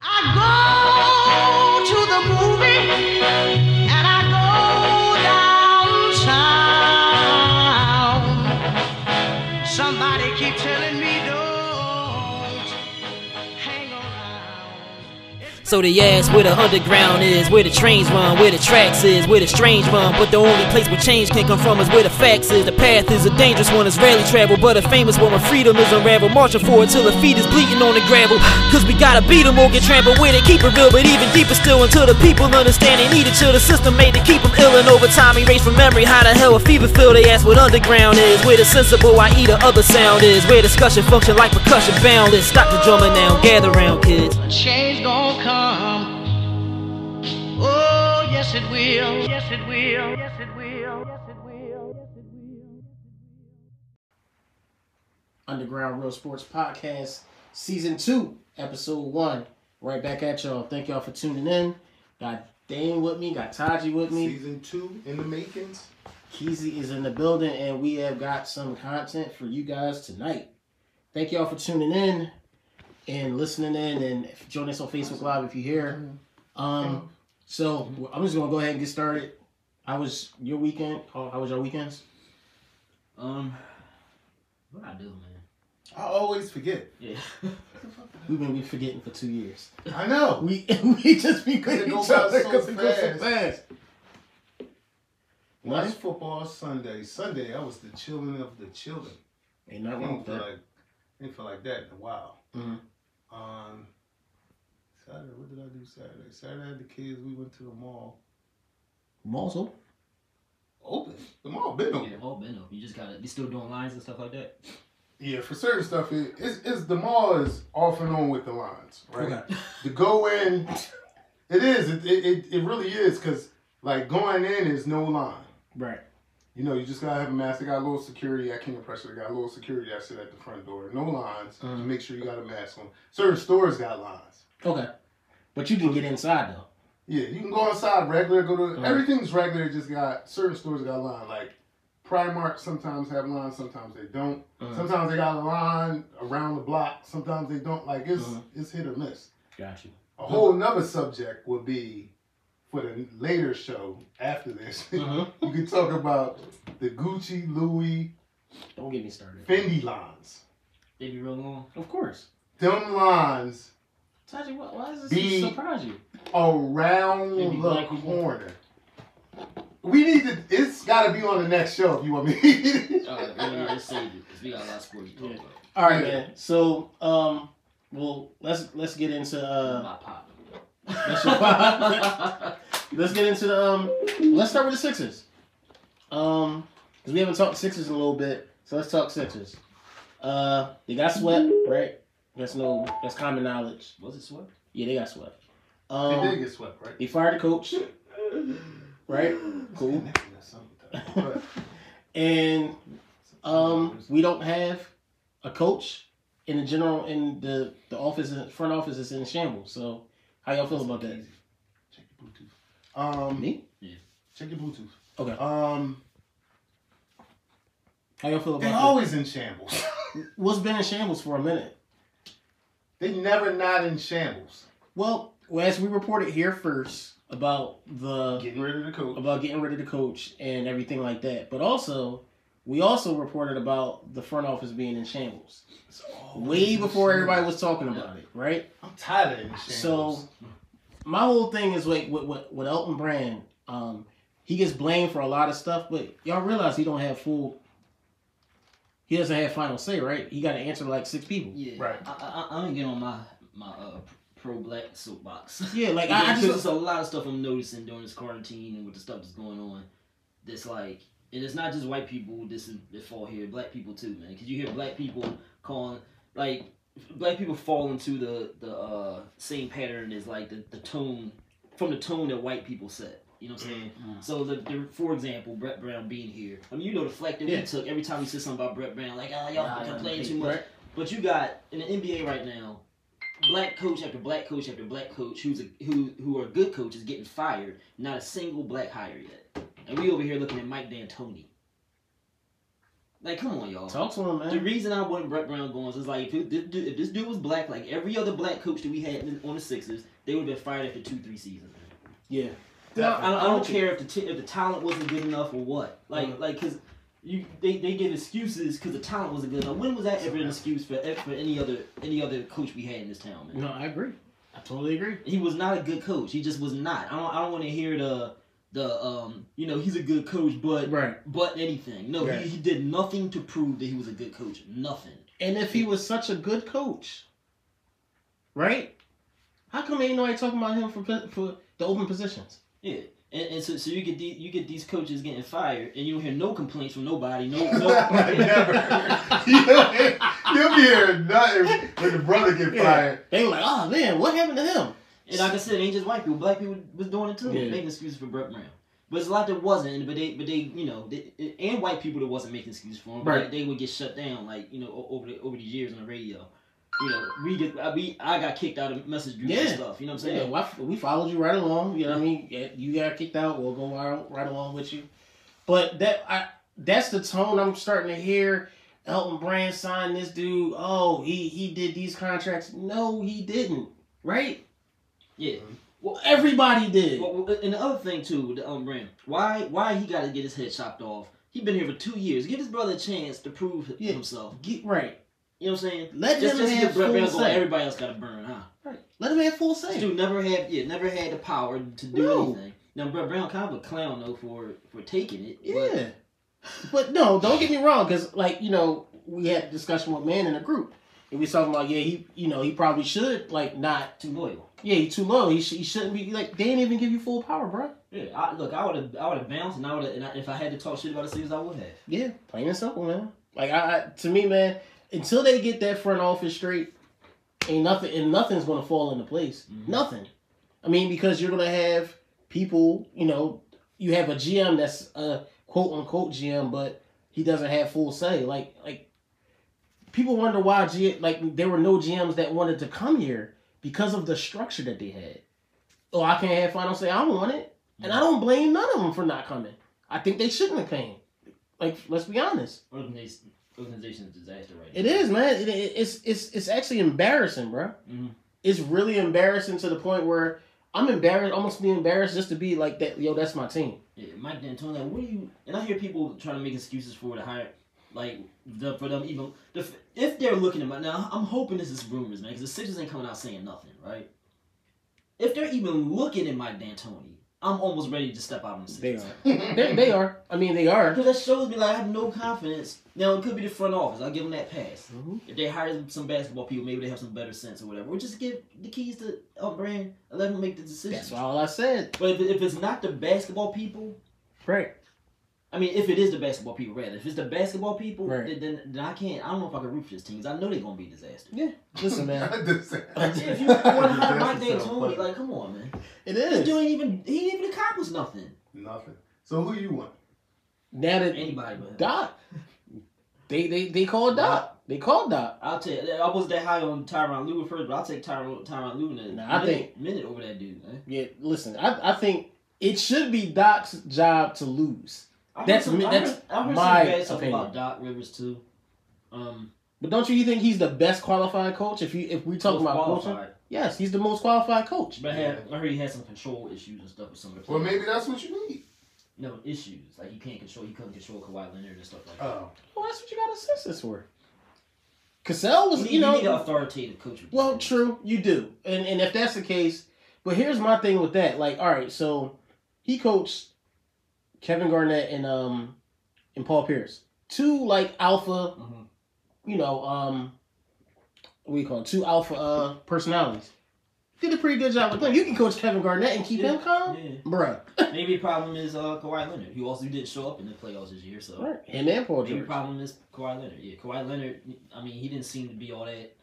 I go to the movie and I go downtown. Somebody keep telling me don't hang around. So they ask where the underground is, where the trains run, where the tracks is, where the strange run. But the only place where change can come from is where the facts is. The path is a dangerous one, it's rarely traveled, but a famous one where freedom is unraveled. Marching forward till the feet is bleeding on the gravel. Cause we gotta beat 'em or get trampled with it. Keep it real, but even deeper still until the people understand they need it. Till the system made to keep 'em ill and over time erase from memory how the hell a fever feel. They ask what underground is, where the sensible I eat the other sound is, where discussion function like percussion boundless. Stop the drumming now, gather round kids. change gonna come. Oh, yes it will. Yes it will. Yes it will. Yes it will. Yes it will. Underground Real Sports Podcast, Season 2, Episode 1. Right back at y'all. Thank y'all for tuning in. Got Dane with me, got Taji with me. Season two in the makings. Keezy is in the building, and we have got some content for you guys tonight. Thank y'all for tuning in and listening in, and join us on Facebook Live if you're here. Um, so I'm just gonna go ahead and get started. I was your weekend? How how was your weekends? Um, what I do, man? I always forget. Yeah, We've been we forgetting for two years. I know. We we just be good It at go each by other so because it goes so fast. fast. Watch football Sunday. Sunday, I was the children of the children. Ain't nothing I wrong didn't with feel that. like, didn't feel like that in a while. Mhm. Um, Saturday, what did I do Saturday? Saturday, I had the kids. We went to the mall. Malls open. Open. The mall been yeah, open. the whole been open. oh, You just gotta. You still doing lines and stuff like that. Yeah, for certain stuff, it, it's, it's the mall is off and on with the lines, right? Okay. The go in, it is. It it, it, it really is because like going in is no line. Right. You know, you just gotta have a mask. They got a little security. I came to pressure. They got a little security. I sit at the front door. No lines. You Mhm. make sure you got a mask on. Certain stores got lines. Okay. But you can get inside though. Yeah, you can go outside regular. Go to Mhm. everything's regular. it Just got certain stores got line. Like Primark sometimes have lines. Sometimes they don't. Mhm. Uh-huh. Sometimes they got a line around the block. Sometimes they don't. Like it's Mhm. it's hit or miss. Got you. A whole nother subject would be for the later show after this. Uh-huh. Mhm. you could talk about the Gucci, Louis, Don't get me started. Fendi lines. They be real long. Of course. Them lines Taji, why, why does this Be- surprise you? around Maybe the black people. corner. We need to. It's got to be on the next show if you want me. All Oh, right, we need to save it because we got a lot of sports to talk Yeah. about. All right, Yeah. man. So, um, well, let's let's get into uh, My pop. That's your let's get into the um, let's start with the Sixers. Um, because we haven't talked Sixers in a little bit, so let's talk Sixers. Uh, they got swept, right? That's no, that's common knowledge. Was it swept? Yeah, they got swept. they did Um, get swept, right? they fired the coach, right? Cool. But And Um, we don't have a coach in the general in the the office the front office is in shambles. So how y'all feel about that? Check your Bluetooth. Um, Me? Check your Bluetooth. Okay. Um, How y'all feel they about always in shambles. that? What's been in shambles for a minute? they never not in shambles. Well, well, as we reported here first about the Getting rid of the coach. about getting rid of the coach and everything like that, but also we also reported about the front office being in shambles It's always way in before everybody shambles. was talking about it, right? I'm tired of in shambles. So my whole thing is like with, with, with Elton Brand, um, he gets blamed for a lot of stuff, but y'all realize he don't have full. He doesn't have final say, right? He got to answer like six people. Yeah. Right. I, I, I'm gonna get on my my uh, pro black soapbox. Yeah, like Yeah, I, I 'cause just there's a lot of stuff I'm noticing during this quarantine and with the stuff that's going on. That's like, and it's not just white people. This is they fall here. Black people too, man. Because you hear black people calling like black people fall into the the uh, same pattern as like the, the tone from the tone that white people set. You know what I'm saying? Mm-hmm. So, the, the, for example, Brett Brown being here. I mean, you know the flack that Yeah. we took every time we said something about Brett Brown, like, ah, Nah, I y'all don't complain think- too much. right. But you got in the NBA right now, black coach after black coach after black coach who's a, who who are good coaches getting fired. Not a single black hire yet, and we over here looking at Mike D'Antoni. Like, come on, y'all. Talk to him, The man. reason I want Brett Brown going is like if this, dude, if this dude was black, like every other black coach that we had in- on the Sixers, they would have been fired after two, three seasons. Yeah. No, I, don't- I don't Definitely. care if the t- if the talent wasn't good enough or what. Like Uh-huh. Mhm. like because you they, they give excuses because the talent wasn't good enough. When was that ever an excuse for for any other any other coach we had in this town, Mm-hmm. man? No, I agree. I totally agree. He was not a good coach. He just was not. I don't I don't want to hear the the um you know he's a good coach, but Right. but anything. No, Right. he, he did nothing to prove that he was a good coach. Nothing. And if he was such a good coach, right? How come ain't nobody talking about him for for the open positions? Yeah, and, and so, so you get these you get these coaches getting fired, and you don't hear no complaints from nobody. No, no. Never. You'll- You'll be hearing nothing when the brother get Yeah. fired. They were like, oh man, what happened to him? and like I said, it ain't just white people. Black people was doing it too, Yeah. making excuses for Brett Brown. But it's a lot that wasn't, but they, but they, you know, they, and white people that wasn't making excuses for him. Right. But they would get shut down, like you know, o- over the over the years on the radio. You know, we get, I, we, I got kicked out of message groups and Yeah. stuff. You know what I'm Yeah, saying? well, I- we followed you right along. You know what I mean? Yeah, You got kicked out. We'll go right, right along with you. But that I that's the tone I'm starting to hear. Elton Brand signed this dude. Oh, he he did these contracts. No, he didn't. Right? Yeah. Well, everybody did. Well, well, and the other thing too, with the um, Brand, why why he got to get his head chopped off? He been here for two years. Give his brother a chance to prove Yeah. himself. Get right. You know what I'm saying? Let Just him just have get Brett full Brown going. say. Everybody else got to burn, huh? Right. Let him have full This say. dude never had, yeah, never had the power to do No. anything. Now Brett Brown kind of a clown though for for taking it. but- Yeah. But no, don't get me wrong, because like you know, we had a discussion with man in a group, and we was talking about yeah, he you know he probably should like not too loyal. Yeah, you too low. He, sh- he shouldn't be like they ain't even give you full power, bro. Yeah, I, look, I would have, I would have bounced, and I would have, and I, if I had to talk shit about the Series, I would have. Yeah, plain and simple, man. Like I, I to me, man, until they get that front office straight, ain't nothing and nothing's gonna fall into place. Mhm. Nothing. I mean, because you're gonna have people, you know, you have a GM that's a quote unquote GM, but he doesn't have full say. Like like people wonder why G like there were no GMs that wanted to come here because of the structure that they had. Oh, I can't have final say. I want it, and I don't blame none of them for not coming. I think they shouldn't have came. Like, let's be honest. Organization, organization is a disaster right now. It is, man. It, it- it's it's it's actually embarrassing, bro. Mhm. It's really embarrassing to the point where I'm embarrassed, almost be embarrassed just to be like that. Yo, that's my team. Yeah, Mike D'Antoni, what do you? And I hear people trying to make excuses for the hire, like the, for them even the, f- if they're looking at my now. I'm hoping this is rumors, man, because the Sixers ain't coming out saying nothing, right? If they're even looking at Mike D'Antoni, I'm almost ready to step out on the They Sixers. are. they, they are. I mean, they are. Because that shows me like I have no confidence. Now it could be the front office. I'll give them that pass. Mhm. If they hire some basketball people, maybe they have some better sense or whatever. Or just give the keys to um, Brand and let them make the decision. That's all I said. But if, if it's not the basketball people, Right. I mean, if it is the basketball people, rather, if it's the basketball people, Right. then, then then I can't. I don't know if I can root for this team. 'cause I know they're gonna be a disaster. Listen, man. I just said- Yeah, if you want to hire Mike Disaster sound D'Antoni, funny. like, come on, man. It This is. dude ain't even he didn't even accomplish nothing. Nothing. So who you want? Now that Anybody but him. Doc, they they they called Doc. They called Doc. I'll tell you, I was that high on Tyron Lue at first, but I'll take Tyron Tyron Lue in a Nah, I minute, think- minute over that dude, man. Yeah. Listen, I I think it should be Doc's job to lose. I heard That's some- me- I that's heard- I heard my some bad stuff opinion. about Doc Rivers too. Um, But don't you think he's the best qualified coach? If you if we talking most about coaching, qualified, yes, he's the most qualified coach. but I, had, I heard he had some control issues and stuff with some of the Well, players. maybe that's what you need. no issues like he can't control, he couldn't control Kawhi Leonard and stuff like that. Oh, Well, that's what you got assistants for. Cassell was, Uh, you need an know, authoritative coach. well, true, you do, and and if that's the case, but here's my thing with that. Like, all right, so he coached Kevin Garnett and um and Paul Pierce, two like alpha, Mhm. you know, um, what do you call it? two alpha uh personalities. Did a pretty good job with them. You can coach Kevin Garnett and keep him calm, Yeah. bruh. Maybe the problem is uh, Kawhi Leonard, who also didn't show up in the playoffs this year. So Right, him and Paul maybe the George. problem is Kawhi Leonard. Yeah, Kawhi Leonard. I mean, he didn't seem to be all that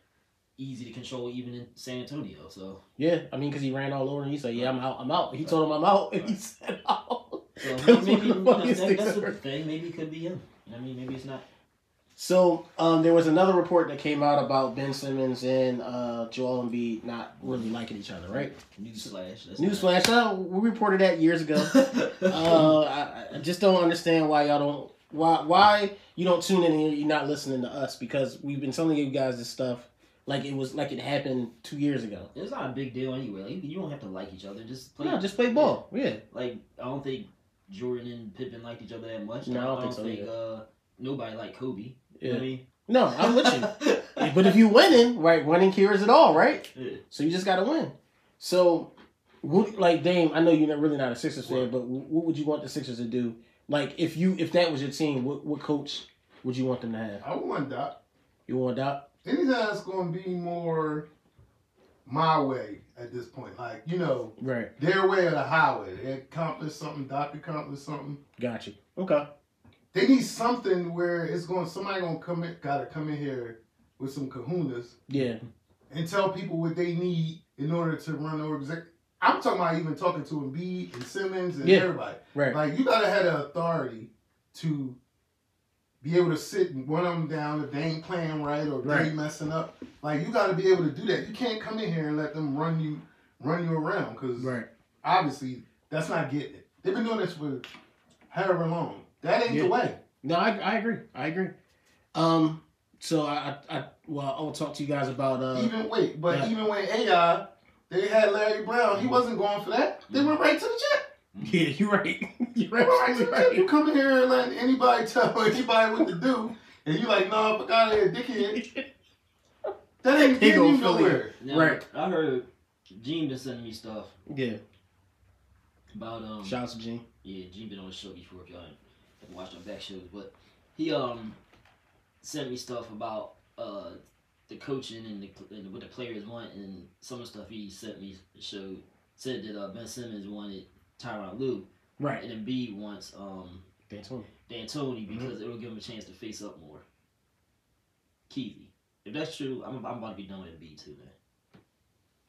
easy to control, even in San Antonio. So, Yeah, I mean, because he ran all over and he said, "Yeah, I'm out, I'm out." He told him, "I'm out," and he said, "Out." so That's maybe, one of the you know, funniest that, things that's ever. the thing. Maybe it could be him. You know what I mean, maybe it's not. So um, there was another report that came out about Ben Simmons and uh, Joel Embiid not really liking each other, right? Newsflash. That's not- Um, Newsflash: uh, we reported that years ago. uh, I, I just don't understand why y'all don't Why why you don't tune in and you're not listening to us? Because we've been telling you guys this stuff like it was like it happened two years ago. It's not a big deal anyway. Like, you don't have to like each other. Just play. No, just play ball. Yeah. Like I don't think Jordan and Pippen liked each other that much. No, I don't I think so uh, nobody liked Kobe. You know what I Yeah. mean? No, I'm with you. but if you winning, right, winning cures it all, right? Yeah. So you just gotta win. So, what, like Dame, I know you're not really not a Sixers fan, but wh- what would you want the Sixers to do? Like if you if that was your team, what what coach would you want them to have? I want that. You want Doc? Anytime it's gonna be more my way at this point. Like, you know, Right. their way or the highway. They accomplished something, Doc accomplished something. Got you. Okay. They need something where it's going somebody gonna come in gotta come in here with some kahunas Yeah. and tell people what they need in order to run or exec I'm talking about even talking to Embiid and Simmons and Yeah. everybody. Right. Like you gotta have the authority to be able to sit and one of them down if they ain't playing right or they Right. messing up. Like you gotta be able to do that. You can't come in here and let them run you run you around because right. obviously that's not getting it. They've been doing this for however long. That ain't Yeah. the way. No, I, I agree. I agree. Um. So I I, I well I'll talk to you guys about uh. even wait, but yeah. Mm-hmm. even when AI they had Larry Brown, he wasn't going for that. They went right to the chip. Yeah, you're right. you're They went right to absolutely the chip. You right. come in here and letting anybody tell anybody what to do, and you like, nah, fuck out of here, dickhead. That ain't He getting gonna you feel nowhere. Now, Right. I heard Gene been sending me stuff Yeah. about um. Shout out to Gene. Yeah, Gene been on the show before if y'all ain't- haven't watched our back shows, but he um sent me stuff about uh the coaching and, the, and what the players want and some of the stuff he sent me showed said that uh, Ben Simmons wanted Tyronn Lue Right. and Embiid wants um D'Antoni. D'Antoni because it'll give him a chance to face up more. Keithy, if that's true, I'm, I'm about to be done with Embiid too, man.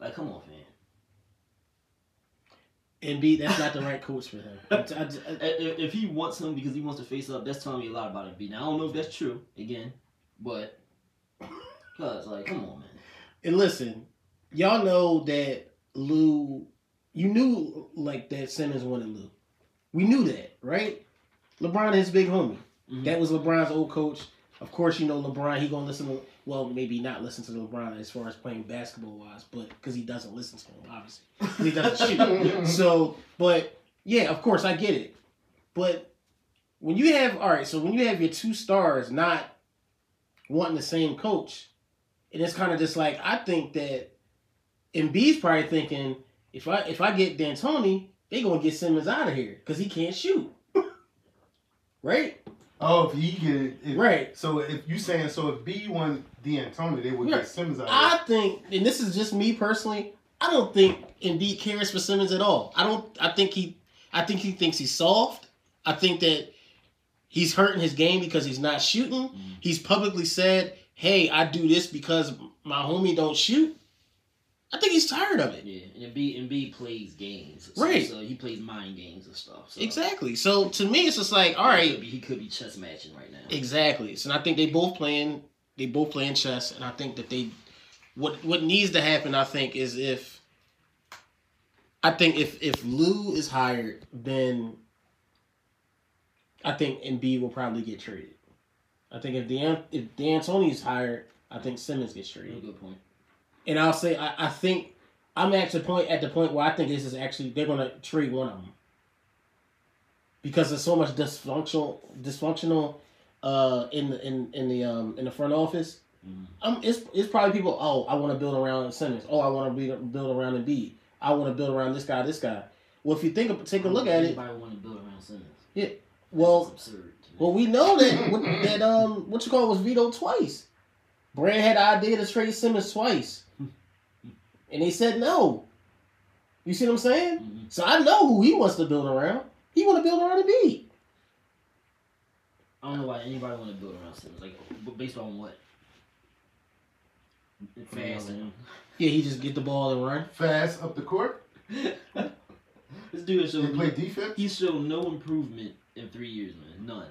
Like, come on, man. And B, that's not the right coach for him. I- I- I- if, if he wants him because he wants to face up, that's telling me a lot about Embiid. Now I don't know if that's true again, but cause like, come on, man. And listen, y'all know that Lou, you knew like that Simmons wanted Lou. We knew that, right? LeBron his big homie. Mhm. That was LeBron's old coach. Of course, you know LeBron. He gonna listen to well, maybe not listen to LeBron as far as playing basketball wise, but because he doesn't listen to him, obviously, 'Cause he doesn't shoot. so, but yeah, of course, I get it. But when you have all right, so when you have your two stars not wanting the same coach, and it's kind of just like I think that Embiid's probably thinking if I if I get D'Antoni, they gonna get Simmons out of here because he can't shoot, right? Oh, if he get it, if- Right. So if you saying so, if B won D'Antoni, they would Yeah. get Simmons out. of I think, and this is just me personally, I don't think Embiid cares for Simmons at all. I don't. I think he. I think he thinks he's soft. I think that he's hurting his game because he's not shooting. He's publicly said, "Hey, I do this because my homie don't shoot." I think he's tired of it. Yeah, and Embiid Embiid plays games, so, Right. So he plays mind games and stuff. So Exactly. So to me, it's just like, all He could right, be, he could be chess matching right now. exactly. So I think they both playing, they both playing chess, and I think that they, what what needs to happen, I think, is if, I think if if Lou is hired, then, I think Embiid will probably get traded. I think if Dan if D'Antoni is hired, I think Simmons gets Real traded. good point. And I'll say I, I think I'm at the point at the point where I think this is actually they're gonna trade one of them because there's so much dysfunctional dysfunctional uh in the in in the um in the front office. Mhm. Um, it's it's probably people. Oh, I want to build around Simmons. Oh, I want to build around Embiid. I want to build around this guy. This guy. Well, if you think of, take a look at it. Anybody want to build around Simmons? Well, That's absurd. to me. well, we know that what, that um, what you call it was vetoed twice. Brand had the idea to trade Simmons twice, and they said no. You see what I'm saying? Mhm. So I know who he wants to build around. He want to build around Embiid. I don't know why anybody want to build around Simmons. Like, but based on what? Fast and Yeah, he just get the ball and run. it. Fast up the court. this dude is so They play defense. He's shown no improvement in three years, man. None.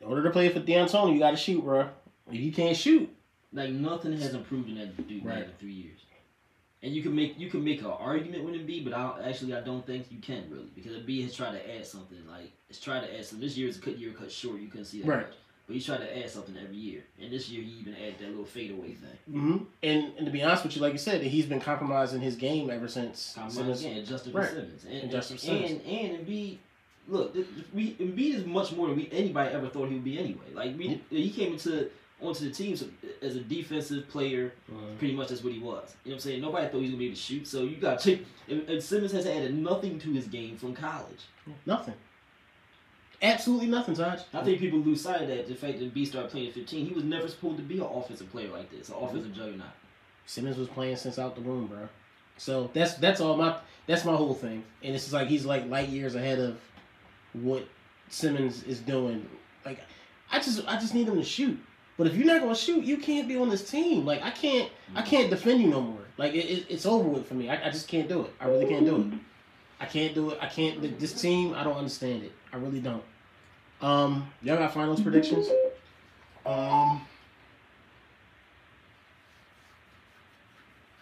In order to play for D'Antoni, you got to shoot, bro. If you can't shoot, Like nothing has improved in that dude man, Right. in three years. And you can make you can make an argument with Embiid, but I don't, actually I don't think you can really because Embiid has tried to add something like it's tried to add some. This year is a cut year cut short. You couldn't see that Right. much, but he's tried to add something every year. And this year he even added that little fadeaway thing. hmm And, and to be honest with you, like you said, he's been compromising his game ever since. Simmons, Simmons- yeah, Justin Right. Simmons, and, And and Justin and, and Embiid. Look, th- th- we Embiid is much more than we, anybody ever thought he would be anyway. Like we, he came into onto the team so- as a defensive player. Mhm. Pretty much that's what he was. You know what I'm saying? Nobody thought he was gonna be able to shoot. So you got to. And, and Simmons has added nothing to his game from college. Nothing. Absolutely nothing, Taj. I think people lose sight of that. The fact that B started playing at 15, he was never supposed to be an offensive player like this, an offensive juggernaut. Simmons was playing since out the womb, bro. So that's that's all my that's my whole thing. And it's just like he's like light years ahead of what Simmons is doing. Like I just I just need him to shoot. But if you're not gonna shoot, you can't be on this team. Like I can't I can't defend you no more. Like it, it, it's over with for me. I, I just can't do it. I really can't do it. I can't do it. I can't. th- This team, I don't understand it. I really don't. Um, y'all got finals predictions? Um,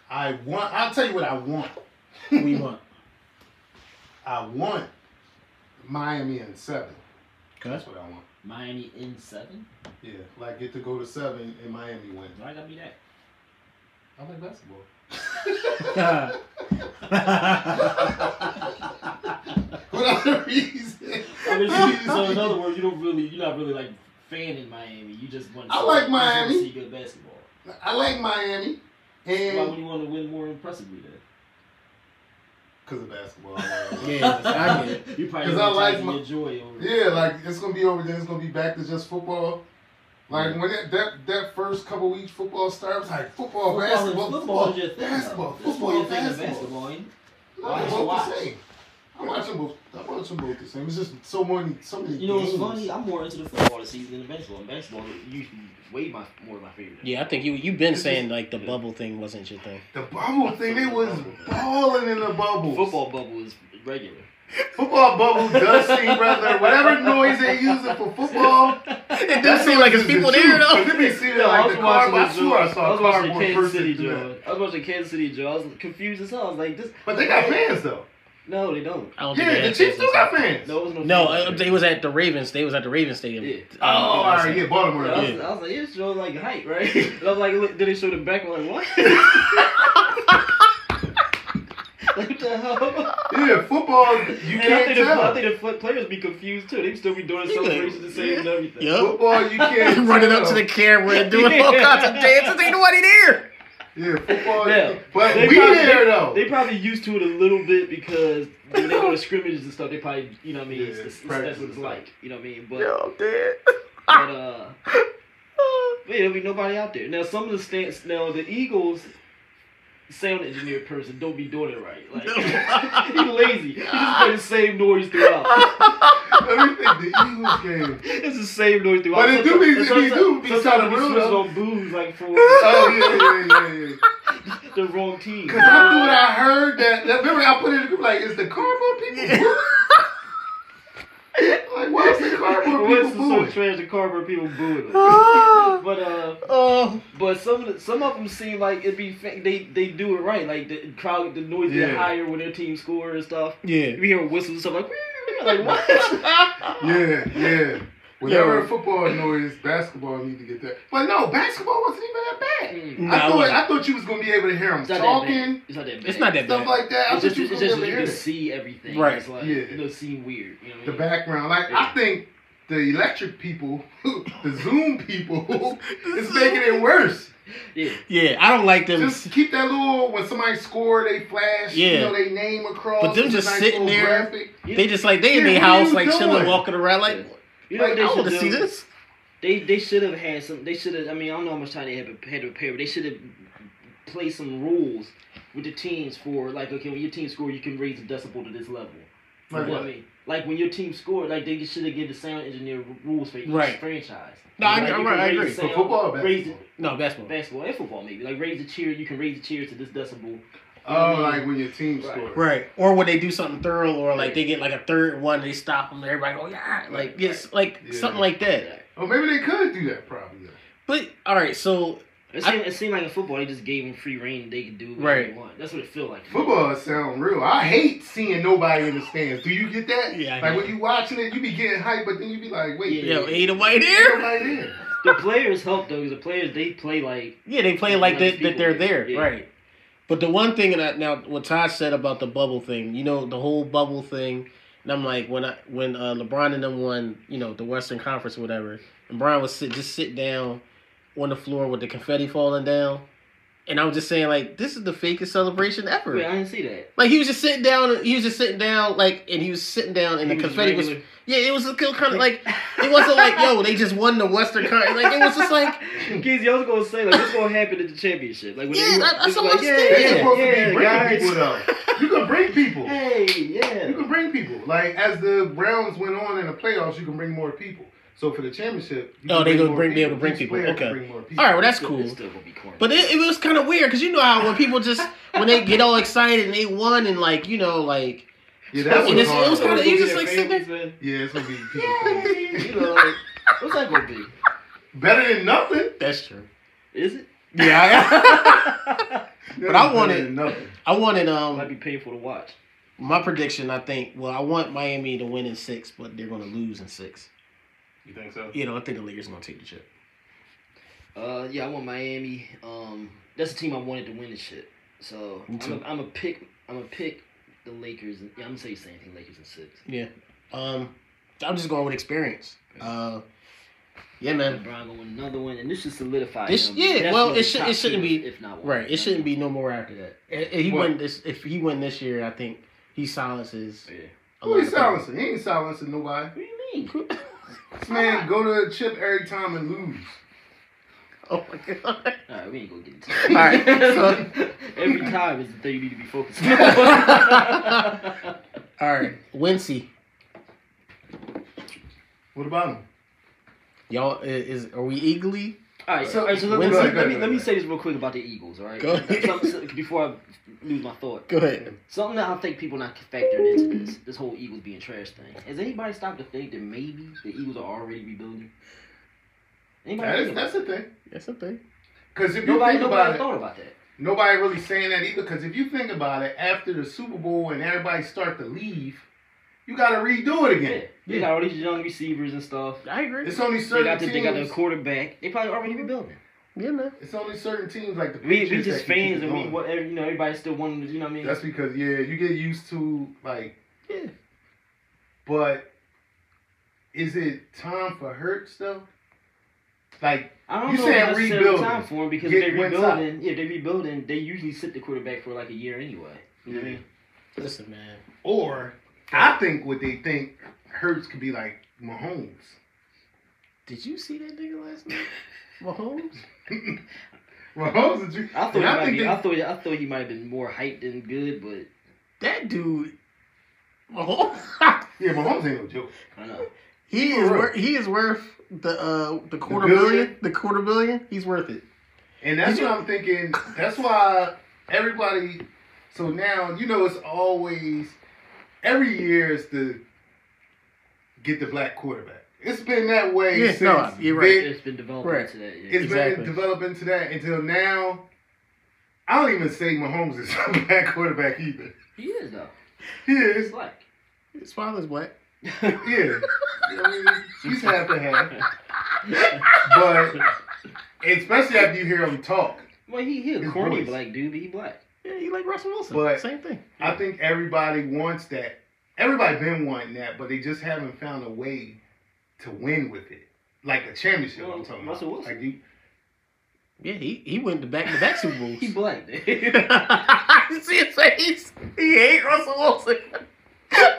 I want. I'll tell you what I want. What do you want? I want Miami in seven. Okay. That's what I want. Miami in seven? Yeah, like get to go to seven and Miami win. Why gotta be that? I like basketball. What other reason? I mean, you, so in other words, you don't really, you're not really like fanning Miami. You just want. I like you just wanna Miami. See good basketball. I like Miami, Why would and you want to win more impressively then? because of basketball. Yeah, I get it. You probably 'Cause I like like my- your joy over. Yeah, like it's gonna be over there. It's gonna be back to just football. Like when that that, that first couple weeks football starts, like football, Football, is- basketball, football is your thing. basketball, though. That's what football, your thing is basketball. basketball. ain't it? No, they're both Watch. the same. I watch them both. I watch them both the same. It's just so many, so many. You know what's games. funny? I'm more into the football this season than the baseball. Baseball usually way my more my favorite. Yeah, I think you you've been saying like the bubble thing wasn't your thing. The bubble thing, they was balling in the bubble. Football bubble is regular. football bubble does seem rather whatever noise they using for football. It that noise is the truth. Let me see that like the car. I swear I saw a cardboard Kansas person City do that. Joe. I was watching Kansas City Joe. I was confused as hell. I was like, this. But they got fans though. No, they don't. I don't think they Yeah, the had Chiefs fans do got fans. No, it was no. No, fans uh, there. they was at the Ravens. They was at the Ravens Stadium. Yeah. Oh, all right, yeah, Baltimore. Yeah, I, was, yeah. I was like, it's showing like height, right? And I was like, look, did they show the back? I'm like, what? like, what the hell? Yeah, football, you And I can't think, the, I tell. think the foot players be confused too. They still be doing Yeah. celebrations the same and everything. Yup. Football, you can't Running up tell. to the camera and doing all kinds of dances. Ain't nobody there. Yeah, football. Yeah. But They we probably- there though. They probably used to it a little bit because when they go to scrimmages and stuff, they probably, you know what I mean? Yeah, it's, it's, that's practice what it's and stuff. like, you know what I mean? But, I'm dead. but uh, man, there'll be nobody out there. Now, some of the stance, now the Eagles sound engineer person don't be doing it right. Like, he lazy. He just play the same noise throughout. Let me think. The Eagles game. It's the same noise throughout. But it do be- it be- do be sometimes kinda we real, switch though. on booze like for Oh yeah, yeah, yeah, yeah. the wrong team. Cause I knew when I heard that. that remember, I put it in the group like, "Is the cardboard people?" booing?" like, why is the cardboard What's people so booing? trash? The cardboard people booing. them. Oh, But uh, oh, but some of the, some of them seem like it'd be fa- they they do it right. Like the crowd, the noise Yeah. get higher when their team score and stuff. yeah. You hear whistles and stuff like like what? Yeah, yeah. Whenever Yo. football noise, basketball need to get that. But no, basketball wasn't even that bad. Mm. No, I it thought wasn't. I thought you was gonna be able to hear them It's not that bad. talking, It's not that bad. It's not that stuff bad. like that. I It's thought just, you was it's gonna be just able you to hear can it. see everything. Right. It's like, Yeah. It'll seem weird. You know what I the mean? background. Like I Yeah. think the electric people, the Zoom people, is making it worse. Yeah. Yeah, I don't like them. Just keep that little when somebody score, they flash, you Yeah. know, they name across. But them It's a just sitting little there. graphic. they just like they in Yeah, their what are house, you like chilling, doing? walking around. Like, You know like what I they should want to do? see this. They they should have had some. They should have. I mean, I don't know how much time they had had to prepare, but they should have played some rules with the teams for like, okay, when your team score, you can raise the decibel to this level. You Like know what I what? mean? Like when your team scored, like they should have given the sound engineer r- rules for each Right. franchise. No, I- Like, I'm right, you can I raise the agree. For sound- For football, or raise the, basketball? No basketball. basketball and football maybe. Like raise the cheer, you can raise the cheer to this decibel. Oh, like when your team Right. scores. Right, or when they do something thorough, or like they get like a third one, they stop them. Everybody go yeah, like yes, like Yeah. something like that. Or maybe they could do that probably. But all right, so It seemed, it seemed like in football, they just gave them free reign and they could do whatever Right. they want. That's what it feel like. Football sound real. I hate seeing nobody in the stands. Do you get that? Yeah, I Like get when you watching it, you be getting hype, but then you be like, wait, Yeah. Yo, ain't a white ain't air. nobody there. The players help though, because the players they play like Yeah, they play Yeah, like like that, people. that they're there, Yeah. right? But the one thing that now what Todd said about the bubble thing, you know, the whole bubble thing, and I'm like when I when uh, LeBron and them won, you know, the Western Conference or whatever, and Brian was sit just sit down on the floor with the confetti falling down, and I was just saying like this is the fakest celebration ever. wait, I didn't see that. Like he was just sitting down, he was just sitting down, like, and he was sitting down, and the He was confetti was. regular. Yeah, it was a kind of like it wasn't like yo, they just won the Western Conference. Like it was just like Kids, y'all was gonna say like what's gonna happen at the championship? Like when Yeah, they, that- that's it's what like, I'm yeah, saying. You're yeah, supposed to yeah, be bringing guys. people though. You can bring people. Hey, yeah. You can bring people. Like as the rounds went on in the playoffs, you can bring more people. So for the championship, you Oh, can they gonna more bring- be able to people. bring Each people. player can Okay. bring more people. all right, well that's Still- cool. it's Still gonna be corny. But it, it was kind of weird because you know how when people just when they get all excited and they won and like you know like Yeah, that And was it's- it was hard. kinda- you just, like, sitting sit there. Yeah, it's gonna be people. You know, like, what's that gonna be? better than nothing. that's true. Is it? Yeah, But I Better wanted- than nothing. I, I wanted Might um be painful to watch. my prediction. I think well I want Miami to win in six, but they're gonna lose in six. You think so? You know I think the Lakers are gonna take the chip. Uh, yeah, I want Miami. Um, that's the team I wanted to win and shit. So Me I'm too. gonna I'm gonna pick. I'm gonna pick the Lakers. And, yeah, I'm gonna say the same thing. Lakers and six. Um, I'm just going with experience. Uh, yeah, man. LeBron gonna win another one, and this should solidify This- him. yeah, Definitely well, it should- top it shouldn't two, be- if not one. Right, it shouldn't be no more after that. If if he What? win this, if he win this year, I think he silences. Yeah. a Who lot he of people. silencing? He ain't silencing nobody. What do you mean? This man go to a chip every time and lose. Oh my god. All right, we ain't gonna get into All right. So, it. Every time is the thing you need to be focused on. all right, Wincy, What about him? y'all i- is are we eagerly? Alright, so, So- alright, so Go let, let, ahead, let, go me, ahead, let me go say this real quick about the Eagles, alright? Go ahead. Some- some- before I lose my thought. Go ahead. Something that I think people not factoring into this, this whole Eagles being trash thing. Has anybody stopped to think that maybe the Eagles are already rebuilding? Anybody That think is, about that's the thing. That's a thing. Because if that? you Nobody, think nobody about it, thought about that. nobody really saying that either. Because if you think about it, after the Super Bowl and everybody start to leave, you got to redo it Yeah. again. They got all these young receivers and stuff. I agree. It's only They certain got, the, they got the teams- quarterback. They probably already rebuilding. Yeah, man. It's only certain teams like the We, we Patriots just that can keep fans it and we going. what every- you know everybody's still wanting to you know what I mean. That's because yeah, you get used to like. Yeah. But is it time for Hurts though? Like I don't you know saying if necessarily rebuilding. time for them because Get if they wins up. rebuilding. Yeah, if they rebuilding. They usually sit the quarterback for like a year anyway. You know what I mean? Listen, man. or I think what they think Hurts could be like Mahomes. Did you see that nigga last night? Mahomes. Mahomes, is, ju- I thought and he I might think be, they- I thought I thought he might have been more hyped than good, but That dude. Mahomes. yeah, Mahomes ain't no joke. I don't know. he For is real. worth. He is worth the uh the quarter billion? billion. The quarter billion. He's worth it. And that's what I'm thinking. That's why everybody. So now you know it's always every year is to get the black quarterback. It's been that way Yeah, since no, you're right. Vic- It's been developing Right. to that. Yeah. It's Exactly. been developing to that until now. I don't even say Mahomes is a bad quarterback either. He is though. He is. It's like His father's black. Yeah. You know what I mean? He's half and half. But especially after you hear him talk. well, he he a His corny voice. black dude, but he black. Yeah, he like Russell Wilson. But- Same thing. I think everybody wants that. Everybody been wanting that, but they just haven't found a way to win with it. Like a championship, I'm talking about. Russell Wilson. Like you, Yeah, he, he went to back to back Super Bowls. He black. dude. You see his face? He hate Russell Wilson.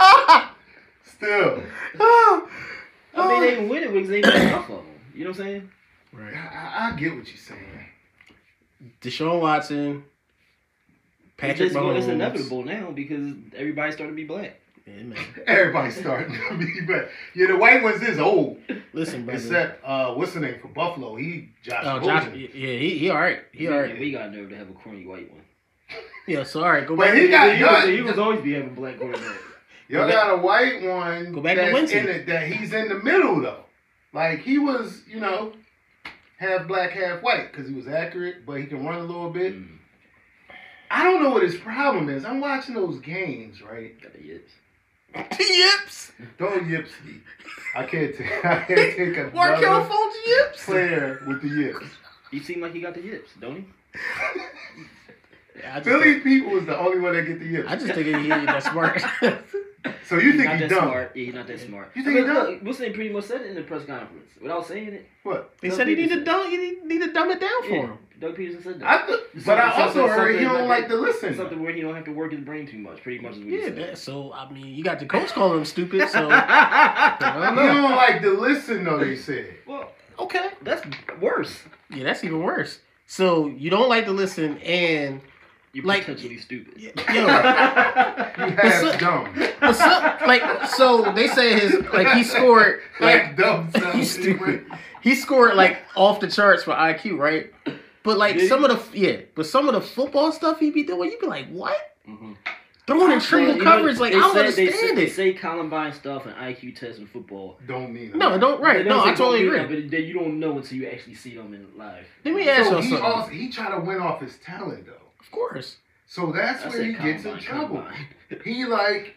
still. I mean, they didn't win it because they didn't enough of him. You know what I'm saying? I, right. I I get what you're saying. Deshaun Watson, It's, Patrick just, Mahomes. it's inevitable now because everybody started to be black. Yeah, man. Everybody's starting to be but yeah, the white ones is old. Listen, brother. Except uh, what's the name for Buffalo? He Josh. Oh, Rosen. Josh, yeah, he, he all right. He all And right. we got nerve to have a corny white one. Yeah, so all right. Go But back. he to- got- The Eagles, the yeah. Eagles always be having black quarterback. Y'all got a white one Go back to that's Winston. in it that he's in the middle though. Like he was, you know, half black, half white because he was accurate, but he can run a little bit. I don't know what his problem is. I'm watching those games, right? Got the yips. Yips. Don't yips me. I can't take. I can't take Markel another Fultz yips. player with the yips. He seem like he got the yips, don't he? Yeah, I, just Philly think, people is the only one that get the yips. I just think he ain't that smart. So you He's think not he that dumb? smart. Yeah, he's not that smart. You think he dumb? look, Wilson pretty much said it in the press conference without saying it. What? they said he need to dumb. He need, need to dumb it down for Yeah, him. Doug Peterson said that. I th- but I Something- also heard he something don't like like to listen. Something where he don't have to work his brain too much. Pretty much is what he Yeah. said. That, so I mean, you got the coach calling him stupid. So He I don't know. don't like to listen, though. They said. well, Okay. that's worse. Yeah, that's even worse. So you don't like to listen, and You're Like- potentially stupid. yo, You half so- dumb. what's up? Like, so they say his like he scored like Half dumb. You sounds stupid. stupid. He scored like off the charts for IQ, right? But like Did he? some of the yeah, but some of the football stuff he be doing, you be like, what? Mhm. Throwing in Well, triple you know, coverage, like I they don't said- understand they, say- They it. say Columbine stuff and IQ tests in football. Don't mean. it. no, it don't right. They No, don't I say totally don't do agree. that, But then you don't know until you actually see them in live. Let me ask So y'all he something. also he try to win off his talent though. of course, So that's I where he said gets in Columbine, trouble. Columbine. He like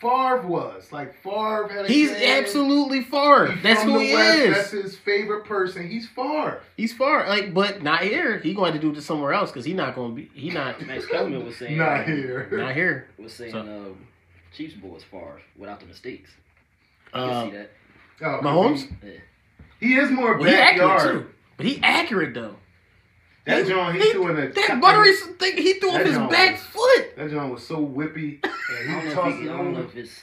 Favre was like Favre had. A he's kid. absolutely far. He's That's from who the he West. is. That's his favorite person. He's Favre. He's far, like, but not here. He going to do this somewhere else because he not going to be. He not Max Kellerman was saying Not uh, here. not here. was saying So- um, Chiefs boy as far as without the mistakes. You can Uh, see that. Oh, Mahomes, He, he is more well, he accurate backyard. too, but he accurate though. That He- John, he, he- threw in a That buttery thing he threw off That his Jones. back foot. That John was so whippy, I don't, and he know if tossed he, it I don't know over. if it's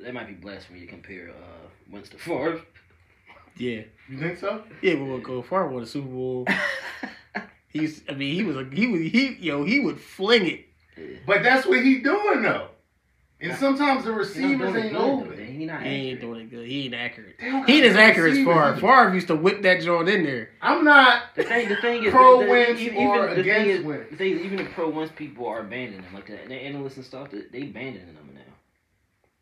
that might be blasphemy to compare uh, Wentz to Favre. Yeah. You think so? Yeah, but when Cole Farmer won the Super Bowl, he's. I mean, he was a he was he yo he would fling it. But that's what he doing though. And sometimes the He not receivers doing it ain't good, though, open. He not He ain't accurate. doing it good. He ain't accurate. They don't He ain't got as no accurate as receivers Favre. either. Favre used to whip that joint in there. I'm not. The thing, the thing is, Pro the, the, Wentz even, or the thing against is, Wentz? the thing is, even the pro wins people are abandoning them. Like the, the analysts and stuff, they, they abandoning them now.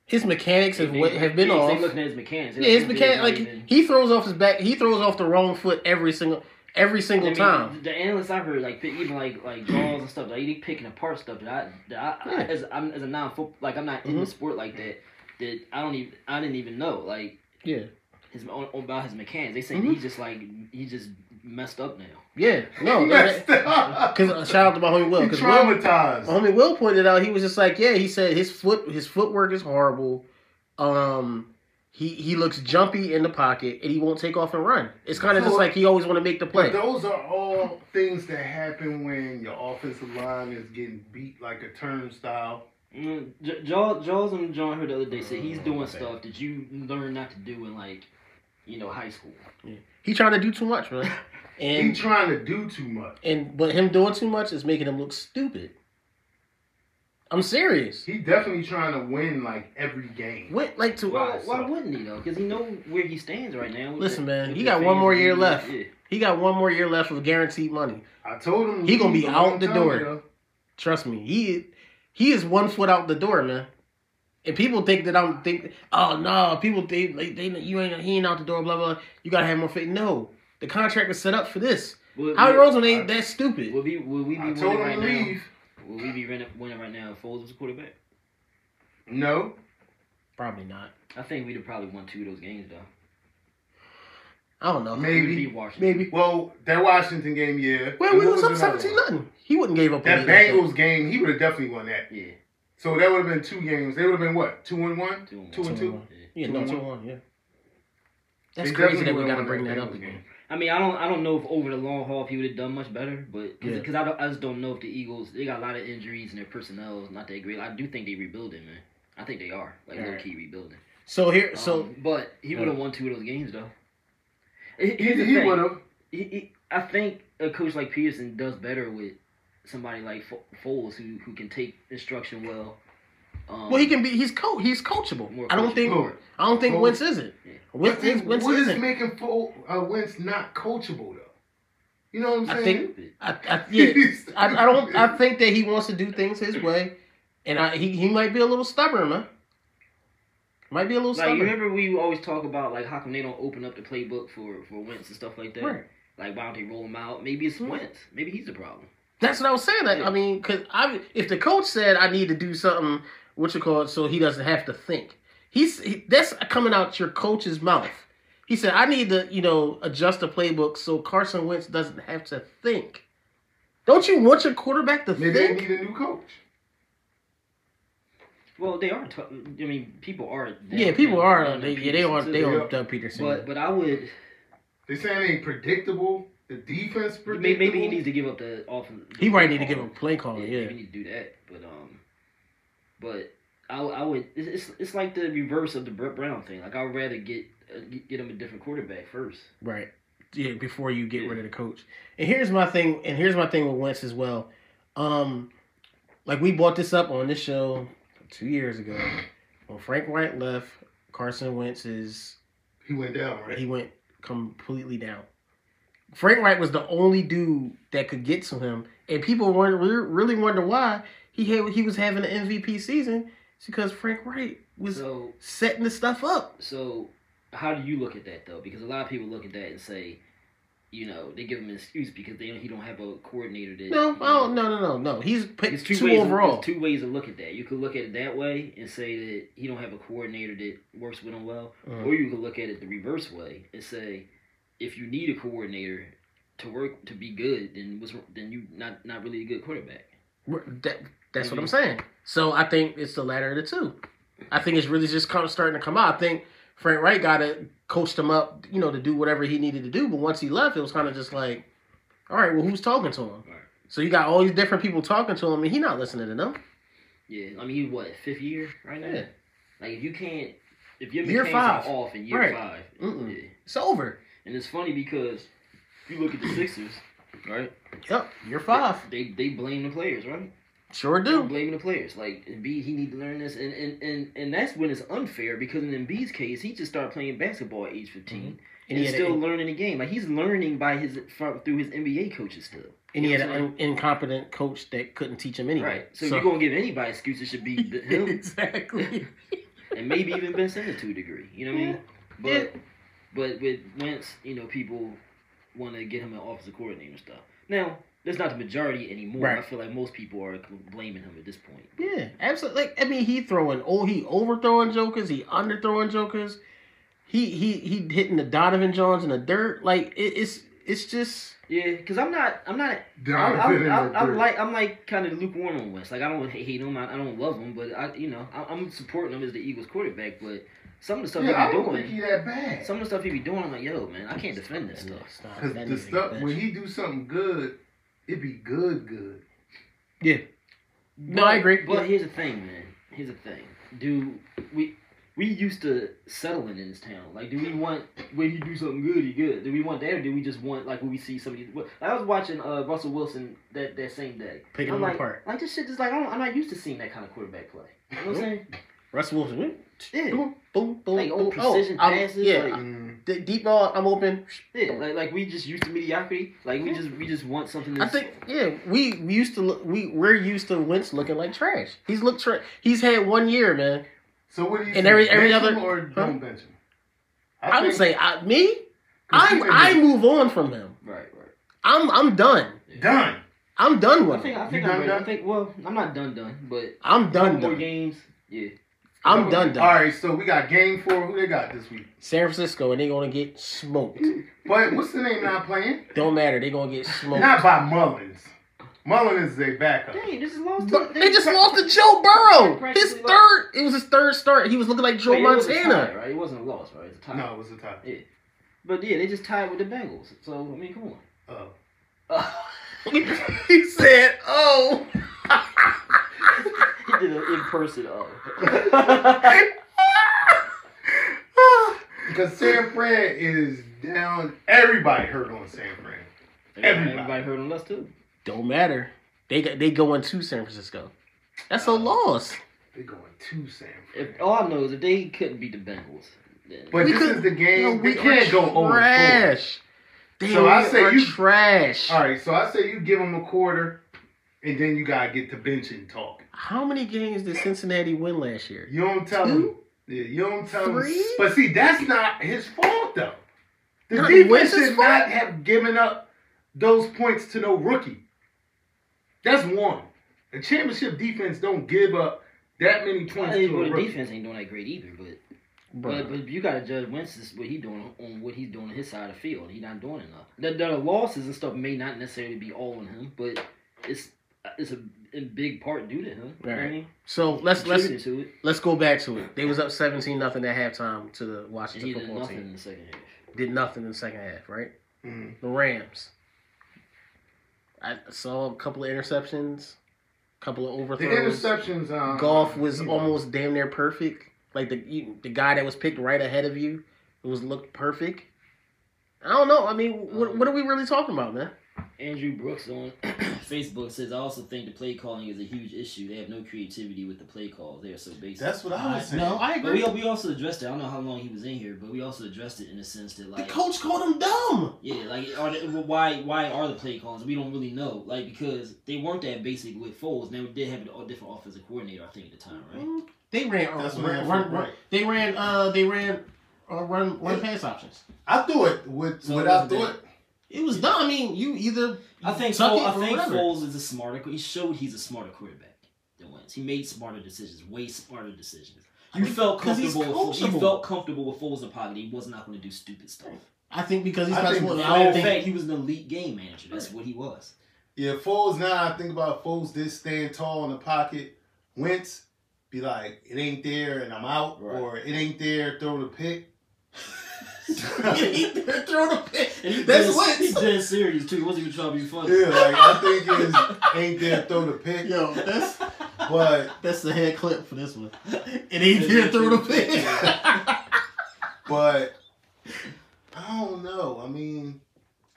His mechanics have, They- what have been they, off. They looking at his mechanics. They Yeah, his like, mechanic they're like not even- he throws off his back. He throws off the wrong foot every single every single I mean, time. The analysts I heard, like pick- even like like draws and stuff, like they picking apart stuff that I, that I, I- Yeah. Mm-hmm. as I'm as a non football, like I'm not in the sport like that. That I don't even I didn't even know like Yeah. his on, about his mechanics. They say Mhm. he's just like he just messed up now. Yeah, no, messed up. because shout out to my homie Will He because Will traumatized. My homie Will pointed out he was just like, yeah, he said his foot his footwork is horrible. Um he he looks jumpy in the pocket and he won't take off and run. It's kind of just like he always want to make the play. But those are all things that happen when your offensive line is getting beat like a turnstile. Mm, J- Jaws, Jaws and John heard the other day said he's Mm, doing okay. stuff that you learn not to do in like, you know, high school. He trying to do too much, man. He And trying to do too much. and but him doing too much is making him look stupid. I'm serious. He definitely trying to win like every game. What like to Well, Right, why so- wouldn't he though? Because he know where he stands right now. with Listen, the- man, with he the got one fans more and year he- left. yeah. he got one more year left of guaranteed money. I told him He gonna be a out long the time door. ago. Trust me. He he is one foot out the door, man. And people think that I'm think oh no, people think like they you ain't he ain't out the door, blah blah. You gotta have more faith. No. The contract was set up for this. Would- Howard would- Roseman ain't that stupid. Would we would we be I winning told him right to now? leave. Would we be winning, winning right now if Foles was the quarterback? No, Probably not. I think we'd have probably won two of those games though. I don't know. We'd maybe. beat Washington. Maybe. Well, that Washington game, yeah. Well, And we what was up another seventeen one? nothing. He wouldn't give up That on me. Bengals game, he would have definitely won that. Yeah. So that would have been two games. They would have been what? Two and one? Two and Two and one. Two and two? one. Yeah, no two and one, yeah. That's They crazy definitely that we would've gotta won bring that Bengals up again. game. I mean, I don't, I don't know if over the long haul if he would have done much better, but Yeah. because I, don't- I just don't know if the Eagles they got a lot of injuries and their personnel is not that great. I do think they rebuilding, man. I think they are like All low right. key rebuilding. So here so Um, but he would have won two of those games though. He, He, he would have. he, he, I think a coach like Peterson does better with somebody like Fo- Foles who who can take instruction well. Um, well he can be he's co he's coachable. More I don't think coachable. I don't think Coach. Wentz isn't. Yeah. What Wentz, is Wentz, Wentz what is isn't. making Fo- uh, Wentz not coachable though? You know what I I'm think- saying? I, I, yeah, I, I don't. I think that he wants to do things his way, and I, he he might be a little stubborn, man. Might be a little Like you stubborn. remember we always talk about like how come they don't open up the playbook for for Wentz and stuff like that. Right. Hmm. Like, why don't they roll him out? Maybe it's Wentz. Maybe he's the problem. That's what I was saying. I, I mean, because I, if the coach said I need to do something, what you call it, so he doesn't have to think. He's he, that's coming out your coach's mouth. He said I need to, you know, adjust the playbook so Carson Wentz doesn't have to think. Don't you want your quarterback to Maybe they think? need a new coach. Well, they are. T- I mean, people are. yeah, people are. They, they're yeah, they are. too. They are Doug Peterson. But but I would They saying they ain't predictable. The defense may- predictable. maybe he needs to give up the offense. he might need to give him a play call. Yeah, Yeah. maybe need to do that. But um, but I w- I would it's it's, it's like the reverse of the Brett Brown thing. Like I'd rather get uh, get- get him a different quarterback first. Right. Yeah, before you get Yeah. rid of the coach. And here's my thing, and here's my thing with Wentz as well. Um, like we brought this up on this show two years ago. When Frank Wright left, Carson Wentz is He went down, right? he went completely down. Frank Wright was the only dude that could get to him, and people wonder, re- really wonder why he had he was having an MVP season. It's because Frank Wright was So setting the stuff up. so how do you look at that though? Because a lot of people look at that and say, you know, they give him an excuse because they he don't have a coordinator that. No, oh no, no, no, no. He's picked It's two, two, ways, overall. There's two ways to look at that. You could look at it that way and say that he don't have a coordinator that works with him well, Mhm. or you could look at it the reverse way and say, if you need a coordinator to work to be good, then what's then you not not really a good quarterback. We're- That, that's what I'm Mm-hmm. saying. So I think it's the latter of the two. I think it's really just come, starting to come out. I think Frank Wright got to coached him up, you know, to do whatever he needed to do. But once he left, it was kind of just like, all right, well, who's talking to him? Right. So you got all these different people talking to him, and he not listening to them. Yeah, I mean, he what fifth year right now? Yeah. Like if you can't, if your Year mechanics five. are off in year Right. five, Mm-mm. yeah. It's over. and it's funny because if you look at the Sixers, right? Yep, you're five. They they blame the players, right? Sure Don't do. blaming the players. Like Embiid, he need to learn this, and and and, and that's when it's unfair because in Embiid's case, he just started playing basketball at age 15 Mm-hmm. And and he he's had, still an, learning the game. Like he's learning by his from, through his NBA coaches still. and he had you know what I'm an incompetent coach that couldn't teach him anything. Right. So, if you're gonna give anybody excuse, it should be th- him, exactly. and maybe even Ben Simmons to a degree. You know what I mean? But Yeah. but with Wentz, you know, people want to get him an offensive coordinator and stuff. Now. That's not the majority anymore. Right. I feel like most people are blaming him at this point. Yeah, absolutely. Like I mean, he throwing oh he overthrowing jokers, he underthrowing jokers, he he he hitting the Donovan Johns in the dirt. Like it, it's it's just Yeah, because I'm not, I'm not I'm, Donovan I'm, in I'm, the I'm dirt. like I'm like kind of lukewarm on West. Like I don't hate him. I, I don't love him, but I you know I, I'm supporting him as the Eagles quarterback. But some of the stuff yeah, I he be don't think he doing, that bad. some of the stuff he be doing, I'm like, yo, man, I can't defend this stuff. It's not- Cause that the nigga stuff bitch. when he do something good, it be good, good. no, I agree. But here's the thing, man. Here's the thing. Do we we used to settling in this town? Like, do we want when he do something good, he good? Do we want that, or do we just want like when we see somebody? Well, I was watching uh, Russell Wilson that that same day. Picking I'm him like, apart. Like this shit is like I don't, I'm not used to seeing that kind of quarterback play. You know what I'm saying? Russ Wilson, whoop, Yeah. boom, boom, boom, Like, boom. Oh, old precision I'm- passes, yeah, like- Mm. I- deep ball. I'm open. Yeah, like, like we just used to mediocrity. Like we just we just want something. I That's, think yeah, we we used to look, we we're used to Wentz looking like trash. He's looked trash. He's had one year, man. So what do you And say, every- every bench him other- or huh? don't bench him? I, would say think- I, me. 'cause I he I went move on from him. right, right. I'm I'm done. done. I'm done I with think him. I think You done, I'm ready. done? I think well, I'm not done done, but I'm couple done. more done. games. Yeah, I'm done. done. All right, so we got game four. Who they got this week? San Francisco, and they're gonna get smoked. But what's the name not playing? Don't matter. They're gonna get smoked. Not by Mullins. Mullins is a backup. dang, this is lost. to- But they just lost to Joe Burrow. His Practically third. It was his third start. He was looking like Joe Wait, it was a tie, Montana. right? It wasn't a loss, right? It's a tie. No, it was a tie. But yeah, they just tied with the Bengals. So I mean, come on. Oh. he said, "Oh." he did an in person. Oh, Because San Fran is down. Everybody heard on San Fran. Everybody. everybody heard on us too. Don't matter. They got, they going to San Francisco. That's a loss. They're going to San Fran. If all I know is if they couldn't beat the Bengals, then But oh, We this could- is the game. Yo, we are can't go over. All trash. Damn, So I we say are you- trash. right, so I say you give them a quarter, and then you gotta get to bench and talk. How many games did Cincinnati win last year? You don't tell Two? them. Yeah, you don't tell Three? them. But see, that's not his fault though. The Nah, defense Wentz is should not have given up those points to no rookie. That's one. A championship defense don't give up that many points to a the rookie. defense ain't doing that great either, but Bro. but, but you gotta judge Winston's what he doing on what he's doing on his side of the field. He not doing enough. The, the losses and stuff may not necessarily be all on him, but it's it's a, a big part due to him. You know what I Right. mean? So let's let's Contributed to it. let's go back to it. They was up seventeen nothing at halftime to the And Washington he did football nothing team. in the second half. Did nothing in the second half, right? Mhm. The Rams. I saw a couple of interceptions, a couple of The overthrows. interceptions. Um, Golf was you know, almost damn near perfect. Like the you, the guy that was picked right ahead of you, it was looked perfect. I don't know. I mean, what, what are we really talking about, man? Andrew Brooks on Facebook says, I also think the play calling is a huge issue. They have no creativity with the play call. They are so basic. That's what I was saying. No, I but agree. we, we also addressed it. I don't know how long he was in here, but we also addressed it in the sense that, The like, coach called him dumb. yeah, like, are they, well, why why are the play calls? We don't really know. Like, because they weren't that basic with Foles. Now, we did have a different offensive coordinator, I think, at the time, right? They ran. uh, That's what run, I'm run, saying, run- right. They ran. Uh, they ran. Uh, run, run pass options. I thought with So what it I wasn't that- thought. It was dumb. I mean, you either. I think suck Foles, it I or think whatever. Foles is a smarter. He showed he's a smarter quarterback than Wentz. He made smarter decisions, way smarter decisions. You felt 'cause he's comfortable. With, Foles- you coachable. felt comfortable with Foles in the pocket. He was not going to do stupid stuff. I think because he's I got think one. I I in don't fact, think. he was an elite game manager. That's what he was. Yeah, Foles now I think about Foles did stand tall in the pocket. Wentz be like, it ain't there and I'm out, Right. or it ain't there, throw the pick. he threw the pick. And he That's dead- what- He's dead serious too. He wasn't even trying to be funny. Yeah, like I think it's ain't there, throw the pick. Yo, that's But that's the head clip for this one. It ain't here through the pick. but I don't know. I mean,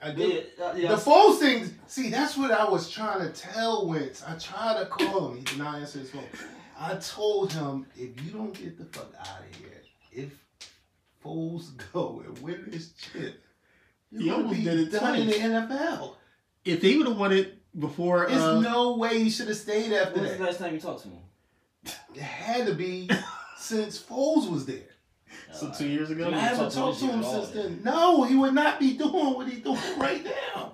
I do. Yeah, uh, yeah, The Foles thing, see, that's what I was trying to tell Wentz. I tried to call him. He did not answer his phone. I told him, if you don't get the fuck out of here, if Foles go and win this shit, He you're going almost to be did it done in the twice. NFL. If they would have won it before, There's uh, no way you should have stayed after when was the that. last time you talked to him? It had to be since Foles was there. so Uh, two years ago. You I haven't haven't talked talked to to him him at all, since then. then. No, he would not be doing what he's doing right now.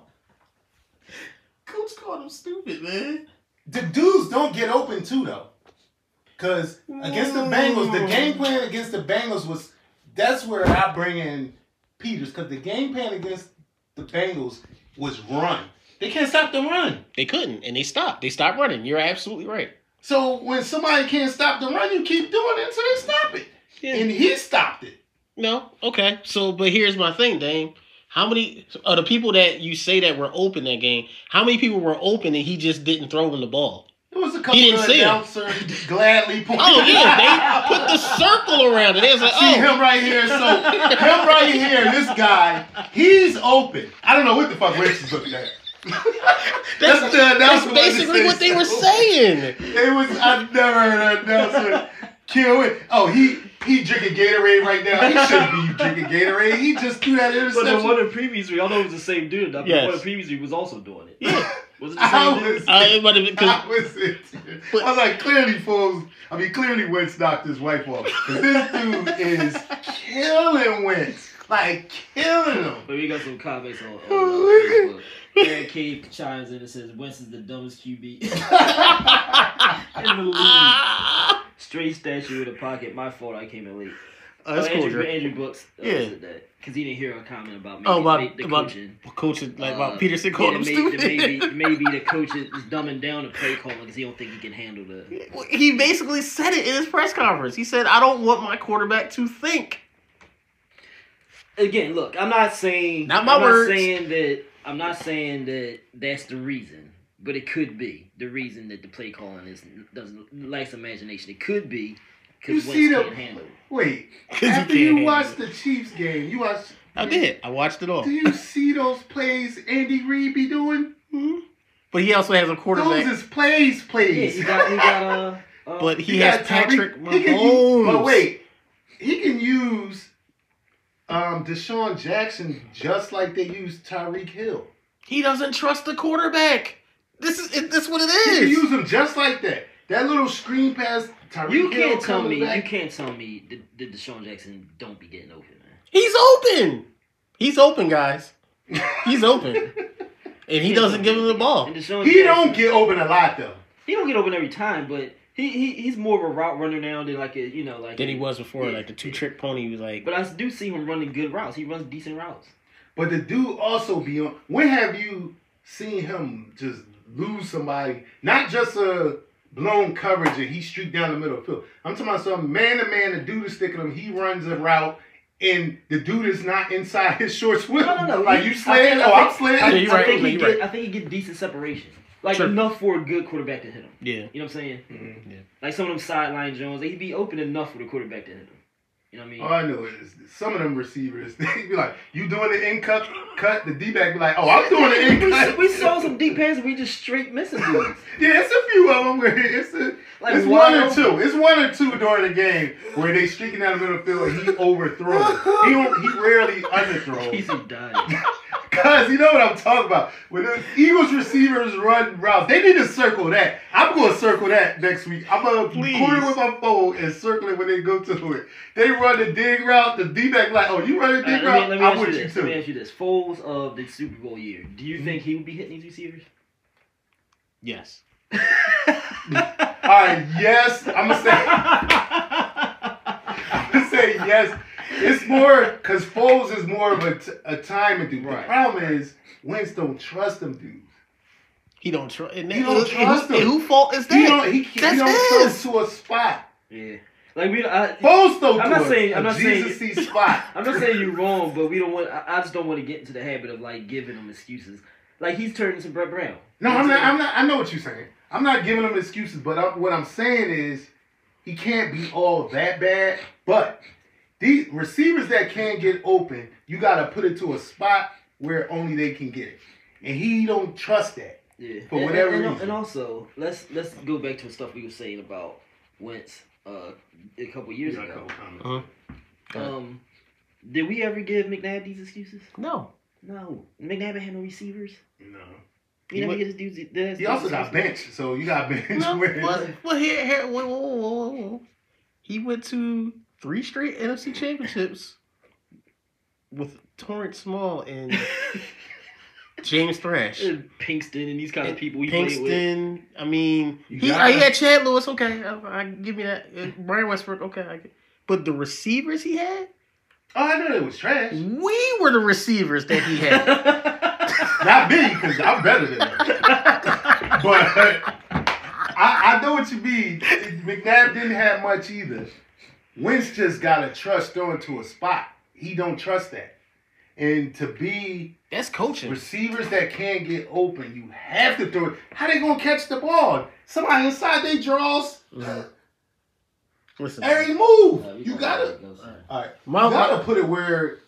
Coach called him stupid, man. The dudes don't get open too though. Cause against the Bengals, the game plan against the Bengals was that's where I bring in Peters, cause the game plan against the Bengals was run. They can't stop the run. They couldn't, and they stopped. They stopped running. You're absolutely right. So when somebody can't stop the run, you keep doing it until they stop it. Yeah. And he stopped it. No, okay. So, but here's my thing, Dame. How many of the people that you say that were open that game? How many people were open and he just didn't throw them the ball? It was a couple didn't of see him. announcers gladly pointed Oh yeah, out. they put the circle around it. It was like, See oh, him right here. So him right here, this guy, he's open. I don't know what the fuck Wentz is looking at. that's, the announcement that's when they basically say what they were so. saying. It was I never heard an announcer kill it. Oh, he he drinking Gatorade right now. He shouldn't be drinking Gatorade. He just threw that But the interception. one in previous week, I know it was the same dude. But Yes. the one in previous week was also doing it. Was it the How same dude? was, Uh, it might have been how because was it? I was like, clearly, Foles. I mean, clearly, Wentz knocked his wife off. 'Cause This dude is killing Wentz, like killing him. But we got some comments on, on uh, Oh, Facebook. Eric Cave chimes in and says, Winston's the dumbest QB in the league. Ah. Straight statue with a pocket. My fault, I came in late. uh, that's oh, cool, Andrew, Dre. Andrew Brooks uh, Yeah. said that. Because he didn't hear a comment about maybe Oh, about- the- the about- coaching. Coach is like Uh, about Peterson called yeah, him may- stupid. Maybe, maybe the coach is dumbing down the play calling because he don't think he can handle the. he basically said it in his press conference. He said, "I don't want my quarterback to think." Again, look, I'm not saying Not my I'm words. Not saying that I'm not saying that that's the reason, but it could be the reason that the play calling is doesn't lacks imagination. It could be You because Wentz see the- can't handle it. Wait, 'Cause after he can't you handle watch it. the Chiefs game, you watch. I did. I watched it all. Do you see those plays Andy Reid be doing? Hmm? But he also has a Those quarterback. is plays, Yeah, plays. he got he got uh, uh but he, got has Patrick Tyreek- he can Mahomes. use- But wait, he can use um, Deshaun Jackson just like they use Tyreek Hill. He doesn't trust the quarterback. This is it, this what it He can is. use him just like that. That little screen pass, Tyreek you Hill can't tell comes me back. you can't tell me that, that Deshaun Jackson don't be getting open, man. He's open. He's open, guys. He's open, and he doesn't give him the ball. And Deshaun He don't Jackson- get open a lot though. he don't get open every time, but he, he he's more of a route runner now than like a you know like Than he was before, like the two trick pony. He was like, But I do see him running good routes. He runs decent routes. But the dude also be on. When have you seen him just lose somebody? Not just a blown coverage and he streaked down the middle of the field. I'm talking about some man to man. The dude is sticking him. He runs a route. And the dude is not inside his shorts with No, no, him. no. Like He- you slid, I think- oh, I I'm think- Yeah, slid. you're right, I think Ole, he you're get, right. I think he get decent separation, like Sure. enough for a good quarterback to hit him. yeah, You know what I'm saying? Mhm. Like some of them sideline Jones, like he'd be open enough for the quarterback to hit him. You know what I mean? All Oh, I know is some of them receivers, they be like, you doing the in cut, cut. The D back be like, oh, I'm doing the in cut. we, we saw some deep passes. We just straight missing dudes. Yeah, it's a few of them where it's a, Like it's wide one or open. two. It's one or two during the game where they streaking down the middle of the field and he overthrows. he don't, he rarely He's underthrows. dying. Cause you know what I'm talking about. When the Eagles receivers run routes, they need to circle that. I'm gonna circle that next week. I'm gonna Please. record it with my phone and circle it when they go to it. They run the dig route, the D back like, oh, you run the All right, dig let route, me, let me I'm ask you with you this. Let me too. Mm-hmm. ask you this. Foles of the Super Bowl year. Do you think he would be hitting these receivers? yes. All right, yes, I'm gonna say. to say yes. It's more because Foles is more of a, t- a time and dude. The Right. problem is Wentz don't trust them dudes. He don't trust. And, He and don't who- trust and him. who fault is that? He don't he, he That's don't his. throw to a spot. Yeah. Like we, I, Foles throw to I'm not a, saying- I'm a not saying- Jesus C spot. I'm not saying you're wrong, but we don't want. I, I just don't want to get into the habit of like giving him excuses. Like he's turning to Brett Brown. No, I'm not. I'm not. I know what you're saying. I'm not giving him excuses, but I, what I'm saying is he can't be all that bad. But these receivers that can't get open, you got to put it to a spot where only they can get it, and he don't trust that. Yeah. For And- whatever and, and, reason. and also let's let's go back to the stuff we were saying about Wentz uh, a couple years ago. Um, did we ever give McNabb these excuses? No. No, McNabb had no receivers. No. You He never wa- get his dudes. the- He also got benched, so you got benched. No, with- well, well, here, here, whoa, whoa, whoa, whoa, whoa. He went to three straight NFC championships with Torrance Small and James Thrash. And Pinkston and these kind of people we played with. Pinkston, I mean, You he, oh, got he it. had Chad Lewis, okay, I, I give me that. Uh, Brian Westbrook, okay, I get. But the receivers he had, Oh, I know it was trash. we were the receivers that he had. Not me, because I'm better than him. But I, I know what you mean. McNabb didn't have much either. Wentz just got to trust throwing to a spot. He don't trust that. And to be That's coaching. receivers that can't get open, you have to throw it. How they gonna catch the ball? Somebody inside they draws Mm-hmm. Listen, every move. You gotta, my, you my, gotta put it where.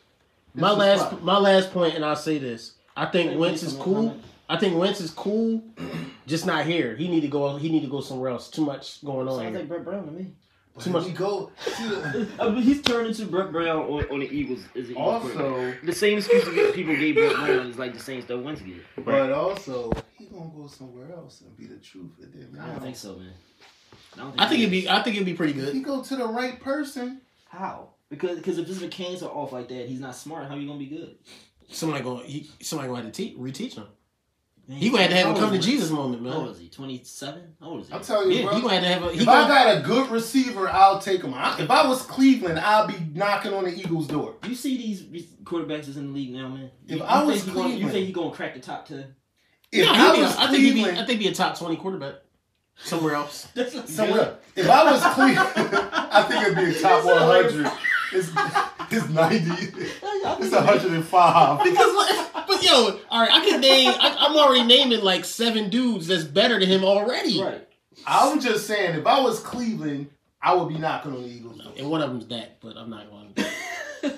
my It's a last spot. my last point, and I'll say this: I think Wentz is cool. I think Wentz is cool, just not here. He need to go. He need to go somewhere else. Too much going on. Sounds Here. like Brett Brown to me. Too much. You go. see the- I mean, Uh, he's turned into Brett Brown on, on the Eagles. Is an Eagles quarterback. Also, the same excuses that people gave Brett Brown is like the same stuff Wentz gave. But also, he gonna go somewhere else and be the truth. And then I don't think now, so, man. I think it'd be. I think it'd be pretty if good. he go to the right person, how because because if his mechanics are off like that, he's not smart. How you gonna be good? Somebody going. He somebody going to have to te- reteach him. He gonna have to have a come to Jesus moment, How old man. is he? Twenty seven. How old is he? I'm telling you, Yeah, bro. he gonna have to have a. He if I gonna, got a good receiver, I'll take him. I, if I was Cleveland, I'd be knocking on the Eagles' door. You see these re- quarterbacks that's in the league now, man. If you, I you was think he gonna, you Cleveland- think he gonna crack the top ten? If no, I he'd be, was I think he'd be. I Cleveland, think he'd be a top twenty quarterback somewhere else. That's not somewhere. If I was Cleveland, I think it'd be a top 100. It's, it's 90. It's 105. Because, like, but yo, all right, I can name. I, I'm already naming like seven dudes that's better than him already, Right. I'm just saying, if I was Cleveland, I would be knocking on the Eagles' door. and one of them's that. But I'm not going. to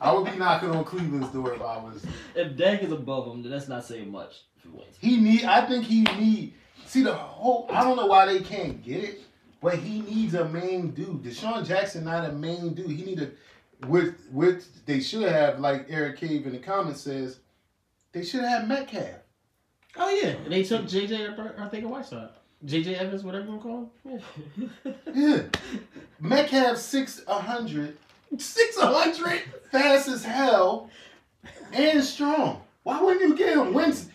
I would be knocking on Cleveland's door if I was If Dak is above him, then that's not saying much for Wentz. He need. I think he need. See the whole. I don't know why they can't get it, but he needs a main dude. Deshaun Jackson not a main dude. He need a. With with they should have like Eric Cave in the comments says, they should have Metcalf. Oh yeah, and they took JJ. Bur- I think a Whiteside. JJ Evans, whatever you call him. Yeah, Metcalf six a hundred. Six a hundred, fast as hell. and strong. Why wouldn't you get him Winston?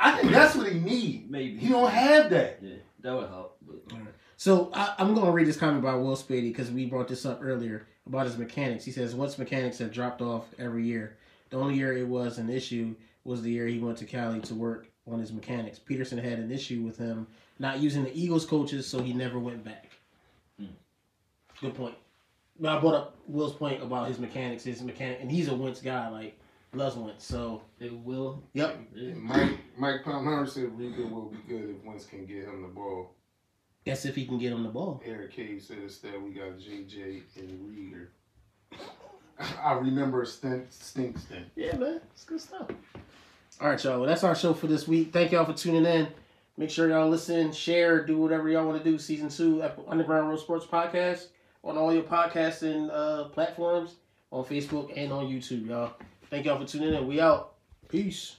I think that's what he need. Maybe He don't have that. Yeah, that would help. But So I, I'm going to read this comment by Will Spady because we brought this up earlier about his mechanics. He says once mechanics have dropped off every year, the only year it was an issue was the year he went to Cali to work on his mechanics. Peterson had an issue with him not using the Eagles coaches, so he never went back. Good point. Now I brought up Will's point about his mechanics. His mechanic, and he's a Wentz guy, like loves Wentz. So it will. yep, Yeah. Mike Mike Palmer said Reba will be good if Wentz can get him the ball. that's if he can get him the ball. Eric Cave said instead we got JJ and Reader. I remember stink stink stink. Yeah, man. It's good stuff. All right, y'all. Well, that's our show for this week. Thank y'all for tuning in. Make sure y'all listen, share, do whatever y'all want to do. Season two, Ep- Underground Road Sports Podcast, on all your podcasting uh, platforms, on Facebook and on YouTube, y'all. Thank y'all for tuning in. We out. Peace.